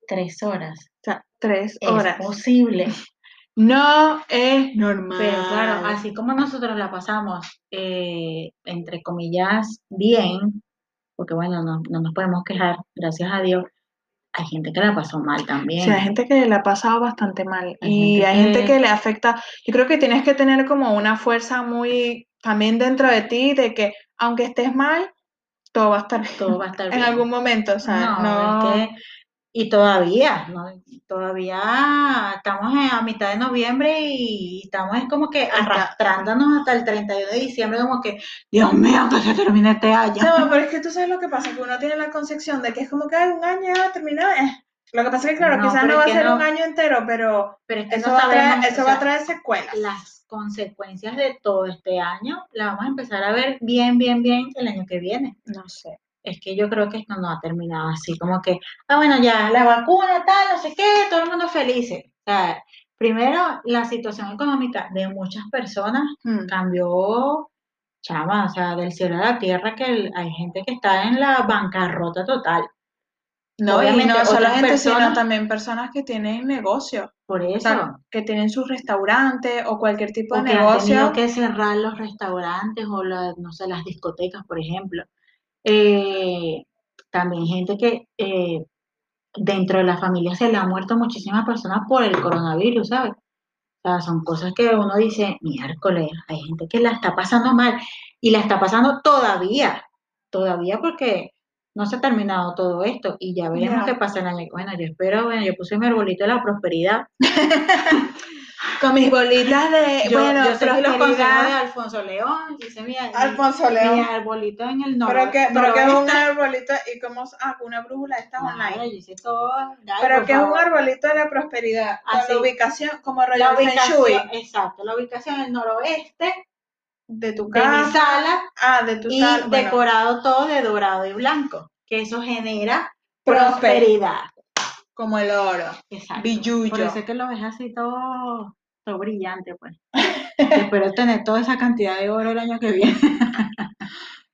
Speaker 3: Tres horas.
Speaker 2: O sea, tres
Speaker 3: Es
Speaker 2: horas.
Speaker 3: posible.
Speaker 2: No es normal.
Speaker 3: Pero
Speaker 2: Ah.
Speaker 3: claro, así como nosotros la pasamos, eh, entre comillas, bien, porque bueno, no, no nos podemos quejar, gracias a Dios, hay gente que la pasó mal
Speaker 2: O
Speaker 3: también.
Speaker 2: sea, hay gente que le ha pasado bastante mal
Speaker 3: Hay
Speaker 2: y
Speaker 3: gente
Speaker 2: hay gente
Speaker 3: que-
Speaker 2: que le afecta. Yo creo que tienes que tener como una fuerza muy también dentro de ti de que aunque estés mal, todo va a estar bien
Speaker 3: Todo va a estar
Speaker 2: en
Speaker 3: bien.
Speaker 2: algún momento, o sea,
Speaker 3: No,
Speaker 2: no,
Speaker 3: es que- y todavía, ¿no? todavía estamos en- a mitad de noviembre y estamos es como que arrastrándonos hasta el 31 de diciembre, como que, Dios mío, que se termine este año.
Speaker 2: No, pero es que tú sabes lo que pasa, que uno tiene la concepción de que es como que hay un año ya terminado. eh. Lo que pasa es que claro,
Speaker 3: No,
Speaker 2: quizás no
Speaker 3: pero es
Speaker 2: va a
Speaker 3: que
Speaker 2: ser
Speaker 3: no.
Speaker 2: un año entero, pero
Speaker 3: Pero es que
Speaker 2: eso,
Speaker 3: no
Speaker 2: va, a traer,
Speaker 3: sabemos,
Speaker 2: eso
Speaker 3: o
Speaker 2: va a
Speaker 3: sea,
Speaker 2: traer secuelas.
Speaker 3: las consecuencias de todo este año las vamos a empezar a ver bien, bien, bien el año que viene.
Speaker 2: No sé.
Speaker 3: Es que yo creo que esto no ha terminado así, como que, ah, bueno, ya la vacuna, tal, no sé qué, todo el mundo feliz. O sea, primero, la situación económica de muchas personas
Speaker 2: Mm.
Speaker 3: cambió, chama, o sea, del cielo a la tierra, que el- hay gente que está en la bancarrota total.
Speaker 2: No, y
Speaker 3: Obviamente,
Speaker 2: no solo
Speaker 3: otras
Speaker 2: gente, sino
Speaker 3: personas-
Speaker 2: también personas que tienen negocios.
Speaker 3: Por
Speaker 2: O
Speaker 3: eso.
Speaker 2: sea, que tienen sus restaurantes o cualquier tipo
Speaker 3: o
Speaker 2: de
Speaker 3: que han tenido
Speaker 2: negocio.
Speaker 3: que cerrar los restaurantes o la- no sé, las discotecas, por ejemplo. Eh, también gente que eh, dentro de la familia se le ha muerto muchísimas personas por el coronavirus, ¿sabes? O sea, son cosas que uno dice, miércoles, hay gente que la está pasando mal y la está pasando todavía, todavía porque no se ha terminado todo esto y ya
Speaker 2: Ya.
Speaker 3: veremos qué pasa en el año. Bueno, yo espero, bueno, yo puse mi arbolito de la prosperidad.
Speaker 2: Con mis bolitas de.
Speaker 3: Yo,
Speaker 2: Eh, bueno,
Speaker 3: yo seguí los consejos de
Speaker 2: prosperidad.
Speaker 3: Alfonso León, hice mi, mi-
Speaker 2: Alfonso
Speaker 3: mi
Speaker 2: León.
Speaker 3: arbolito en el norte.
Speaker 2: Pero que, pero que es un arbolito. ¿Y cómo? Ah, una brújula está online.
Speaker 3: yo hice todo. dale,
Speaker 2: Pero
Speaker 3: por
Speaker 2: que es un
Speaker 3: favor.
Speaker 2: arbolito de la prosperidad. Con
Speaker 3: Así.
Speaker 2: la ubicación, como rollo
Speaker 3: La
Speaker 2: el feng shui
Speaker 3: ubicación, exacto, la ubicación en el noroeste
Speaker 2: de tu
Speaker 3: de mi
Speaker 2: casa.
Speaker 3: sala
Speaker 2: ah, de tu
Speaker 3: y
Speaker 2: sala. bueno,
Speaker 3: decorado todo de dorado y blanco, que eso genera
Speaker 2: Prosper-
Speaker 3: prosperidad.
Speaker 2: Como el oro.
Speaker 3: Exacto. Por
Speaker 2: Billuyo.
Speaker 3: eso es que lo ves así todo, todo brillante, pues. Espero tener toda esa cantidad de oro el año que viene.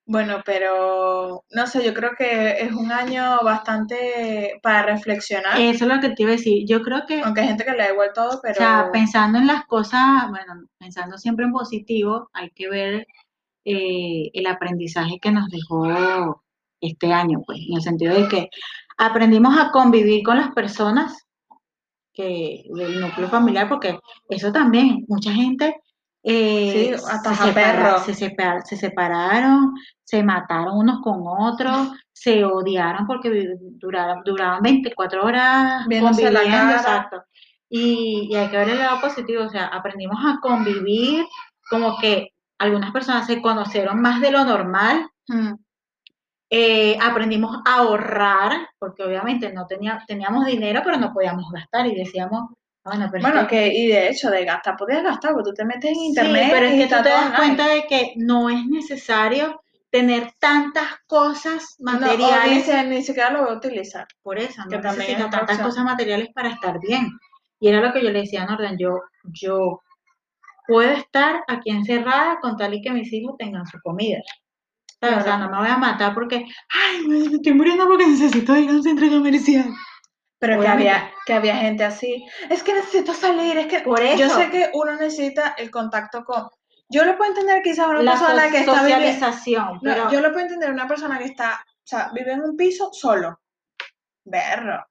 Speaker 2: Bueno, pero no sé, yo creo que es un año bastante para reflexionar.
Speaker 3: Eso es lo que te iba a decir. Yo creo que
Speaker 2: aunque hay gente que le da igual todo, pero.
Speaker 3: Eh, O sea, pensando en las cosas, bueno, pensando siempre en positivo, hay que ver eh, el aprendizaje que nos dejó este año, pues, en el sentido de que aprendimos a convivir con las personas que, del núcleo familiar, porque eso también, mucha gente eh,
Speaker 2: Sí, hasta
Speaker 3: se,
Speaker 2: perro.
Speaker 3: se, separa- se separaron, se mataron unos con otros, se odiaron porque vi- duraron, duraban 24 horas
Speaker 2: Viéndose la
Speaker 3: conviviendo,
Speaker 2: cara.
Speaker 3: exacto. Y, y hay que ver el lado positivo, o sea, aprendimos a convivir, como que algunas personas se conocieron más de lo normal,
Speaker 2: Mm.
Speaker 3: eh, aprendimos a ahorrar, porque obviamente no tenía, teníamos dinero, pero no podíamos gastar y decíamos, bueno, pero es
Speaker 2: Bueno,
Speaker 3: que-
Speaker 2: que, y de hecho, de gastar, podías gastar, porque tú te metes en
Speaker 3: Sí,
Speaker 2: internet
Speaker 3: pero es
Speaker 2: y
Speaker 3: que tú
Speaker 2: está
Speaker 3: te
Speaker 2: todo
Speaker 3: das
Speaker 2: online.
Speaker 3: cuenta de que no es necesario tener tantas cosas
Speaker 2: No, o
Speaker 3: materiales,
Speaker 2: dice, ni siquiera lo voy a utilizar.
Speaker 3: por eso,
Speaker 2: que
Speaker 3: no
Speaker 2: también es
Speaker 3: necesitas
Speaker 2: otra
Speaker 3: tantas
Speaker 2: opción.
Speaker 3: cosas materiales para estar bien. Y era lo que yo le decía a Nordan, yo, yo puedo estar aquí encerrada con tal y que mis hijos tengan su comida. ¿Sabes? O sea, no me voy a matar porque, ay, me me estoy muriendo porque necesito ir a un centro comercial.
Speaker 2: Pero que
Speaker 3: Obviamente.
Speaker 2: había, que había gente así. Es que necesito salir, es que.
Speaker 3: Por eso.
Speaker 2: Yo sé que uno necesita el contacto con. Yo lo puedo entender quizás a una
Speaker 3: la
Speaker 2: persona
Speaker 3: so-
Speaker 2: que está viviendo.
Speaker 3: socialización.
Speaker 2: No,
Speaker 3: pero,
Speaker 2: yo lo puedo entender a una persona que está, o sea, vive en un piso solo. Berro.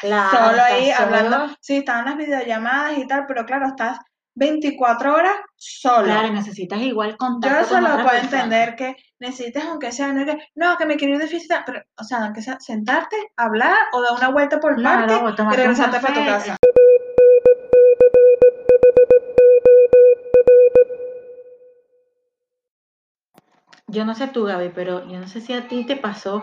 Speaker 3: claro,
Speaker 2: solo ahí
Speaker 3: estás Ah, solo.
Speaker 2: hablando. Sí, estaban las videollamadas y tal, pero claro, estás 24 horas solo.
Speaker 3: Claro, necesitas igual contacto.
Speaker 2: Yo eso
Speaker 3: con
Speaker 2: lo
Speaker 3: otra
Speaker 2: puedo
Speaker 3: persona.
Speaker 2: entender que necesites, aunque sea, no, que, no, que me quiero ir de fiesta, pero, o sea, aunque sea sentarte, hablar o dar una vuelta por el
Speaker 3: Claro,
Speaker 2: parque
Speaker 3: o tomarte
Speaker 2: y
Speaker 3: un
Speaker 2: regresarte para tu
Speaker 3: café,
Speaker 2: casa.
Speaker 3: Yo no sé tú, Gaby, pero yo no sé si a ti te pasó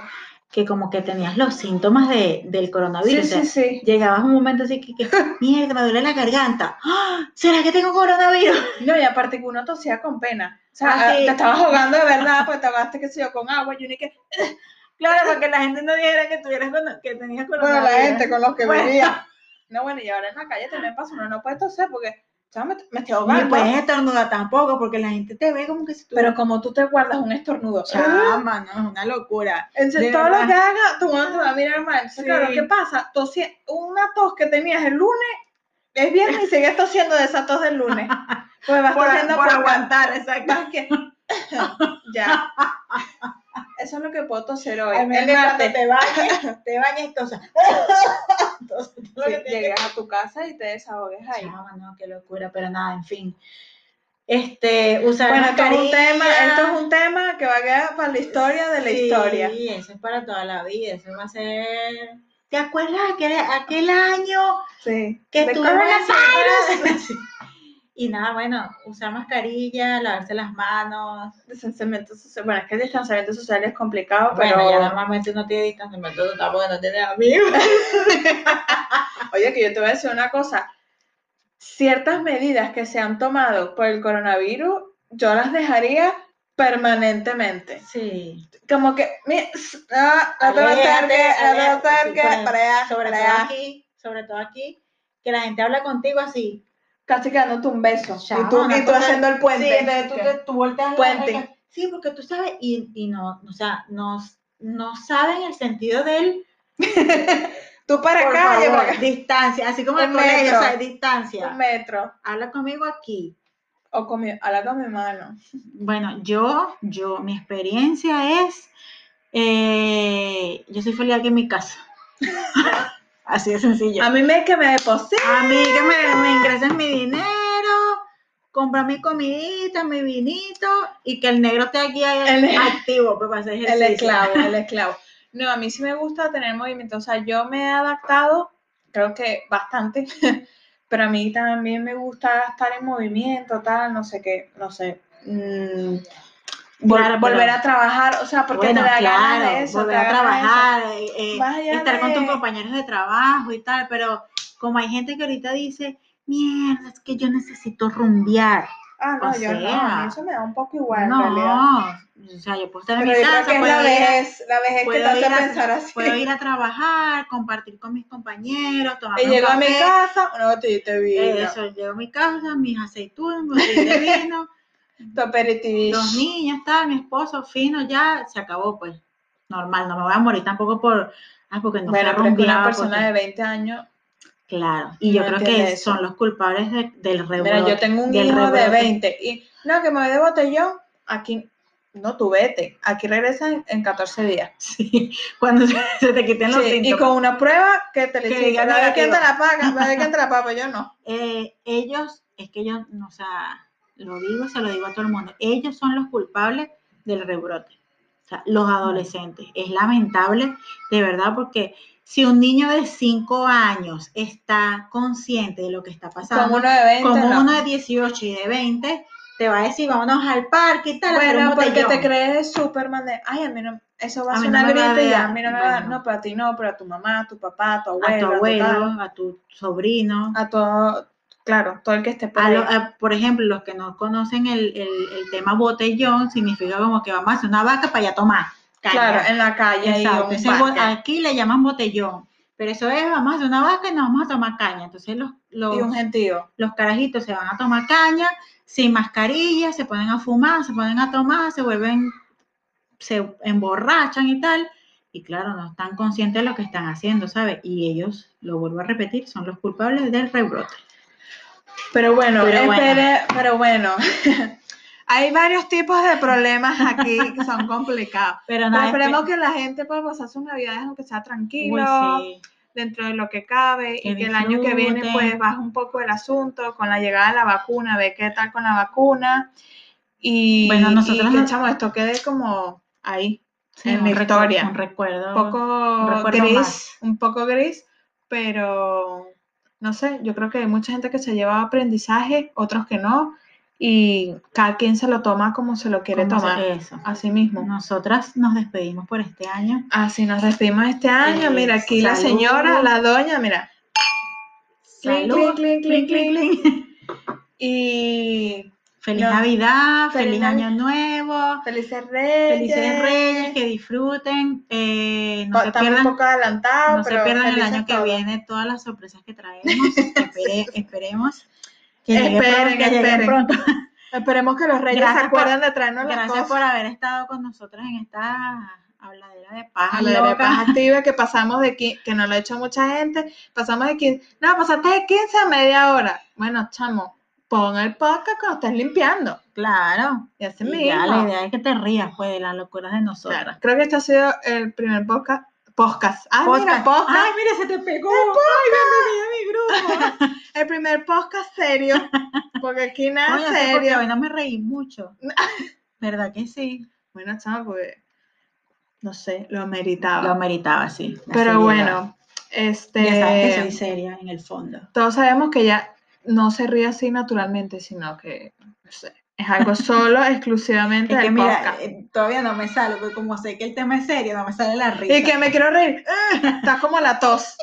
Speaker 3: que como que tenías los síntomas de, del
Speaker 2: Sí,
Speaker 3: coronavirus. o sea,
Speaker 2: sí, sí.
Speaker 3: Llegabas a un momento así que, que, mierda, me duele la garganta. ¡Ah! ¿Será que tengo coronavirus?
Speaker 2: No, y aparte que uno tosía con pena. O sea,
Speaker 3: Ah, sí.
Speaker 2: te estabas ahogando de verdad, porque te ahogaste, qué sé yo, con agua. Y uno y que,
Speaker 3: Claro, para que la gente no dijera que tuvieras corona- que tenías
Speaker 2: bueno,
Speaker 3: coronavirus.
Speaker 2: la gente con los que
Speaker 3: Bueno.
Speaker 2: vivía. No, bueno, y ahora en la calle también pasa, uno no puede toser porque, chama, me, me estoy
Speaker 3: Ni
Speaker 2: ahogando.
Speaker 3: puedes estornudar tampoco, porque la gente te ve como que si tú...
Speaker 2: Pero como tú te guardas un estornudo,
Speaker 3: chama, no, es una locura.
Speaker 2: Entonces,
Speaker 3: De
Speaker 2: todo lo
Speaker 3: verdad.
Speaker 2: que haga, tu mamá te va a mirar mal. Entonces,
Speaker 3: Sí.
Speaker 2: claro, ¿qué pasa? Tosi- una tos que tenías el lunes, es viernes y sigues tosiendo de esa tos del lunes. Pues vas
Speaker 3: Por,
Speaker 2: tosiendo
Speaker 3: por
Speaker 2: por
Speaker 3: aguantar, exacto.
Speaker 2: Vas que... ya. Eso es lo que puedo toser hoy.
Speaker 3: Al menos
Speaker 2: El
Speaker 3: cuando
Speaker 2: martes.
Speaker 3: te bañas, te bañas tosas. Entonces, tú lo
Speaker 2: Sí,
Speaker 3: que tienes que
Speaker 2: llegas a tu casa y te desahogues ahí.
Speaker 3: Chama, no, qué locura, pero nada, en fin. Este, usar
Speaker 2: Bueno, esto es, un
Speaker 3: mascarilla.
Speaker 2: tema, esto es un tema que va a quedar para la historia de la historia.
Speaker 3: Sí, eso es para toda la vida, eso va a ser... ¿Te acuerdas aquel, aquel año
Speaker 2: Sí.
Speaker 3: que
Speaker 2: De
Speaker 3: estuvo
Speaker 2: cómo
Speaker 3: el virus? y nada, bueno, usar mascarilla, lavarse las manos.
Speaker 2: Distanciamiento social. Bueno, es que el distanciamiento social es complicado,
Speaker 3: Bueno,
Speaker 2: pero...
Speaker 3: ya normalmente uno tiene distanciamiento total porque no tiene amigos.
Speaker 2: Oye, que yo te voy a decir una cosa. Ciertas medidas que se han tomado por el coronavirus, yo las dejaría permanentemente.
Speaker 3: Sí.
Speaker 2: Como que, mira, s- ah, no te va a estar que, no te va a estar que,
Speaker 3: Bueno,
Speaker 2: para allá,
Speaker 3: sobre
Speaker 2: para
Speaker 3: todo
Speaker 2: allá.
Speaker 3: aquí, sobre todo aquí, que la gente habla contigo así.
Speaker 2: Casi que dándote un beso.
Speaker 3: Ya,
Speaker 2: y tú,
Speaker 3: una
Speaker 2: y tú
Speaker 3: cosa-
Speaker 2: haciendo el puente.
Speaker 3: Sí, entonces tú, te- tú volteas la-
Speaker 2: Puente.
Speaker 3: sí, porque tú sabes, y, y no, o sea, no, no saben el sentido del
Speaker 2: Tú para
Speaker 3: por
Speaker 2: acá, yo
Speaker 3: favor,
Speaker 2: para acá.
Speaker 3: distancia, así como
Speaker 2: Un
Speaker 3: el colegio,
Speaker 2: metro.
Speaker 3: o sea,
Speaker 2: Un
Speaker 3: distancia.
Speaker 2: metro.
Speaker 3: Habla conmigo aquí.
Speaker 2: O con mi, habla con mi mano.
Speaker 3: Bueno, yo, yo, mi experiencia es, eh, yo soy feliz aquí en mi casa. así de sencillo.
Speaker 2: A mí me que me deposite.
Speaker 3: A mí que me, me ingresen mi dinero, compra mi comidita, mi vinito y que el negro esté aquí ahí
Speaker 2: El-
Speaker 3: activo pues, para hacer
Speaker 2: El
Speaker 3: ejercicio.
Speaker 2: esclavo, el esclavo. No, a mí sí me gusta tener movimiento. O sea, yo me he adaptado, creo que bastante, pero a mí también me gusta estar en movimiento, tal, no sé qué, no sé. Mm, vol-
Speaker 3: Claro, pero-
Speaker 2: volver a trabajar, o sea, porque
Speaker 3: Bueno,
Speaker 2: te da ganas
Speaker 3: claro,
Speaker 2: de eso.
Speaker 3: volver
Speaker 2: te
Speaker 3: a
Speaker 2: da ganas de eso.
Speaker 3: trabajar, eh, eh,
Speaker 2: Más allá
Speaker 3: estar con tus
Speaker 2: de-
Speaker 3: compañeros de trabajo y tal, pero como hay gente que ahorita dice, mierda, es que yo necesito rumbear.
Speaker 2: Ah, no,
Speaker 3: o
Speaker 2: yo no,
Speaker 3: sea,
Speaker 2: a mí eso me da un poco igual
Speaker 3: no,
Speaker 2: en realidad.
Speaker 3: o sea, yo puedo estar en
Speaker 2: Pero
Speaker 3: mi
Speaker 2: yo creo
Speaker 3: casa,
Speaker 2: que es
Speaker 3: puedo
Speaker 2: la
Speaker 3: ir a-
Speaker 2: vejez, la vejez que te
Speaker 3: puedo ir
Speaker 2: hace
Speaker 3: a-
Speaker 2: pensar así.
Speaker 3: puedo ir a trabajar, compartir con mis compañeros, tomar
Speaker 2: Y
Speaker 3: un
Speaker 2: llego a mi
Speaker 3: café,
Speaker 2: casa, una botellita de
Speaker 3: Eh,
Speaker 2: vino,
Speaker 3: Eso, llego a mi casa, mis aceitunas, mi botella de vino,
Speaker 2: tu aperitivo.
Speaker 3: los niños, tal, mi esposo, fino, ya, se acabó, pues. Normal, no me voy a morir tampoco por. Ah, porque no
Speaker 2: Bueno,
Speaker 3: fui a
Speaker 2: pero es que una
Speaker 3: rumbear,
Speaker 2: persona
Speaker 3: porque-
Speaker 2: de 20 años
Speaker 3: Claro, y yo
Speaker 2: no
Speaker 3: creo
Speaker 2: entiende
Speaker 3: que
Speaker 2: eso.
Speaker 3: son los culpables de- del rebrote.
Speaker 2: Mira, yo tengo un
Speaker 3: del
Speaker 2: hijo de
Speaker 3: rebrote.
Speaker 2: 20 y no, que me voy de botellón, aquí no, tú vete, aquí regresas en, en 14 días.
Speaker 3: Sí, cuando se, se te quiten los
Speaker 2: Sí, y
Speaker 3: síntomas.
Speaker 2: con una prueba que te le
Speaker 3: Que
Speaker 2: diga,
Speaker 3: diga
Speaker 2: a ver quién te
Speaker 3: negativo".
Speaker 2: la paga, a ver quién te la paga, pero yo no.
Speaker 3: Eh, ellos, es que ellos, no, o sea, lo digo, se lo digo a todo el mundo, ellos son los culpables del rebrote. O sea, los adolescentes. Es lamentable, de verdad, porque si un niño de 5 años está consciente de lo que está pasando,
Speaker 2: Con uno de 20
Speaker 3: como
Speaker 2: no.
Speaker 3: uno de 18 y de 20, te va a decir, vámonos al parque y tal. a hacer un
Speaker 2: Bueno, porque te
Speaker 3: botellón".
Speaker 2: crees Superman de, ay, a mí no, eso va
Speaker 3: A
Speaker 2: a
Speaker 3: mí
Speaker 2: ser
Speaker 3: no
Speaker 2: una
Speaker 3: me va a
Speaker 2: gripe y ya,
Speaker 3: dar".
Speaker 2: a mí no me va a dar,
Speaker 3: Bueno.
Speaker 2: no, para ti no, pero a tu mamá, a tu papá, a tu
Speaker 3: a
Speaker 2: abuelo,
Speaker 3: tu
Speaker 2: a tu tal,
Speaker 3: abuelo, a tu sobrino.
Speaker 2: a todo, claro, todo el que esté por
Speaker 3: A
Speaker 2: ahí.
Speaker 3: lo- a, por ejemplo, los que no conocen el, el- el tema botellón, significa como que vamos a hacer una vaca para ya tomar.
Speaker 2: Claro,
Speaker 3: Caña.
Speaker 2: en la calle. ahí,
Speaker 3: Exacto,
Speaker 2: en
Speaker 3: ese
Speaker 2: un
Speaker 3: bo-
Speaker 2: parque.
Speaker 3: aquí le llaman botellón, pero eso es, vamos a hacer una vaca y nos vamos a tomar caña. Entonces los, los,
Speaker 2: y un gentío.
Speaker 3: los carajitos se van a tomar caña sin mascarilla, se ponen a fumar, se ponen a tomar, se vuelven, se emborrachan y tal. Y claro, no están conscientes de lo que están haciendo, ¿sabes? Y ellos, lo vuelvo a repetir, son los culpables del rebrote.
Speaker 2: Pero bueno, este
Speaker 3: Pero
Speaker 2: espere-
Speaker 3: bueno.
Speaker 2: pero bueno. Hay varios tipos de problemas aquí que son complicados.
Speaker 3: Pero
Speaker 2: Pero
Speaker 3: nada. este,
Speaker 2: esperemos que la gente pues, pueda pasar sus navidades aunque sea tranquilo,
Speaker 3: Uy, sí.
Speaker 2: dentro de lo que cabe,
Speaker 3: Que
Speaker 2: y que el año que viene
Speaker 3: disfruten.
Speaker 2: pues baja un poco el asunto con la llegada de la vacuna, ver qué tal con la vacuna. Y,
Speaker 3: Bueno,
Speaker 2: y
Speaker 3: nosotros
Speaker 2: que,
Speaker 3: no-
Speaker 2: chamo, esto quede como ahí,
Speaker 3: Sí,
Speaker 2: en
Speaker 3: un
Speaker 2: la
Speaker 3: recu-
Speaker 2: historia.
Speaker 3: Un recuerdo.
Speaker 2: un poco
Speaker 3: recuerdo
Speaker 2: gris,
Speaker 3: más.
Speaker 2: un poco gris, pero no sé, yo creo que hay mucha gente que se lleva aprendizaje, otros que no, y cada quien se lo toma como se lo quiere
Speaker 3: ¿Cómo se-
Speaker 2: tomar,
Speaker 3: Eso.
Speaker 2: a sí mismo.
Speaker 3: Nosotras nos despedimos por este año.
Speaker 2: Así nos despedimos este año. Mira, aquí la
Speaker 3: Salud.
Speaker 2: señora, la doña, mira. Clink,
Speaker 3: Salud.
Speaker 2: clink,
Speaker 3: Clink,
Speaker 2: clink,
Speaker 3: clink,
Speaker 2: clink.
Speaker 3: clink.
Speaker 2: Y
Speaker 3: Feliz
Speaker 2: No.
Speaker 3: Navidad,
Speaker 2: Feliz
Speaker 3: feliz
Speaker 2: Navi-
Speaker 3: Año Nuevo,
Speaker 2: felices reyes.
Speaker 3: felices Reyes, que disfruten, eh, no
Speaker 2: Pa-
Speaker 3: se
Speaker 2: Estamos
Speaker 3: pierdan
Speaker 2: un poco adelantados,
Speaker 3: no se
Speaker 2: pero
Speaker 3: pierdan el
Speaker 2: felices
Speaker 3: año que
Speaker 2: todos.
Speaker 3: viene todas las sorpresas que traemos. Espere- esperemos que llegue
Speaker 2: Esperen,
Speaker 3: pronto. que llegue
Speaker 2: esperen.
Speaker 3: pronto.
Speaker 2: Esperemos que los reyes
Speaker 3: Gracias
Speaker 2: se acuerden de traernos las
Speaker 3: Gracias
Speaker 2: cosas.
Speaker 3: por haber estado con nosotras en esta habladera de paja.
Speaker 2: A la de
Speaker 3: loca.
Speaker 2: paz activa que pasamos de qui- que nos lo ha hecho mucha gente, pasamos de 15, no, pasaste de 15 a media hora. Bueno, chamo, pon el podcast cuando estés limpiando.
Speaker 3: Claro.
Speaker 2: Y así
Speaker 3: Y
Speaker 2: mismo.
Speaker 3: ya la idea es que te rías pues de las locuras de
Speaker 2: Claro,
Speaker 3: nosotras.
Speaker 2: Creo que este ha sido el primer podcast. Podcast. Ah, mira,
Speaker 3: Podcast.
Speaker 2: podcast.
Speaker 3: Ay, mira, se te pegó.
Speaker 2: Ay, bienvenido a mi grupo. el primer podcast serio. Porque aquí nada
Speaker 3: Coño, sí, porque
Speaker 2: serio.
Speaker 3: hoy no me reí mucho. ¿Verdad que sí?
Speaker 2: Bueno, chamo, pues. No sé, lo meritaba.
Speaker 3: Lo meritaba, sí. La seriedad.
Speaker 2: Pero bueno, este.
Speaker 3: Ya sabes que soy seria en el fondo.
Speaker 2: Todos sabemos que ya no se ríe así naturalmente, sino que. No sé. Es algo solo, exclusivamente
Speaker 3: Es que
Speaker 2: del
Speaker 3: mira,
Speaker 2: podcast.
Speaker 3: eh, todavía no me sale, porque como sé que el tema es serio, no me sale la risa.
Speaker 2: Y que me quiero reír. ¡Ah! Estás como la tos.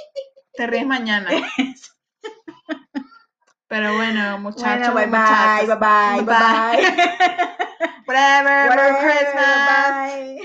Speaker 2: Te ríes mañana. Pero bueno, muchachos,
Speaker 3: Bueno, bye,
Speaker 2: muchachas.
Speaker 3: bye, bye, bye,
Speaker 2: Bye, bye.
Speaker 3: bye.
Speaker 2: Whatever, Merry
Speaker 3: Whatever,
Speaker 2: Christmas.
Speaker 3: bye.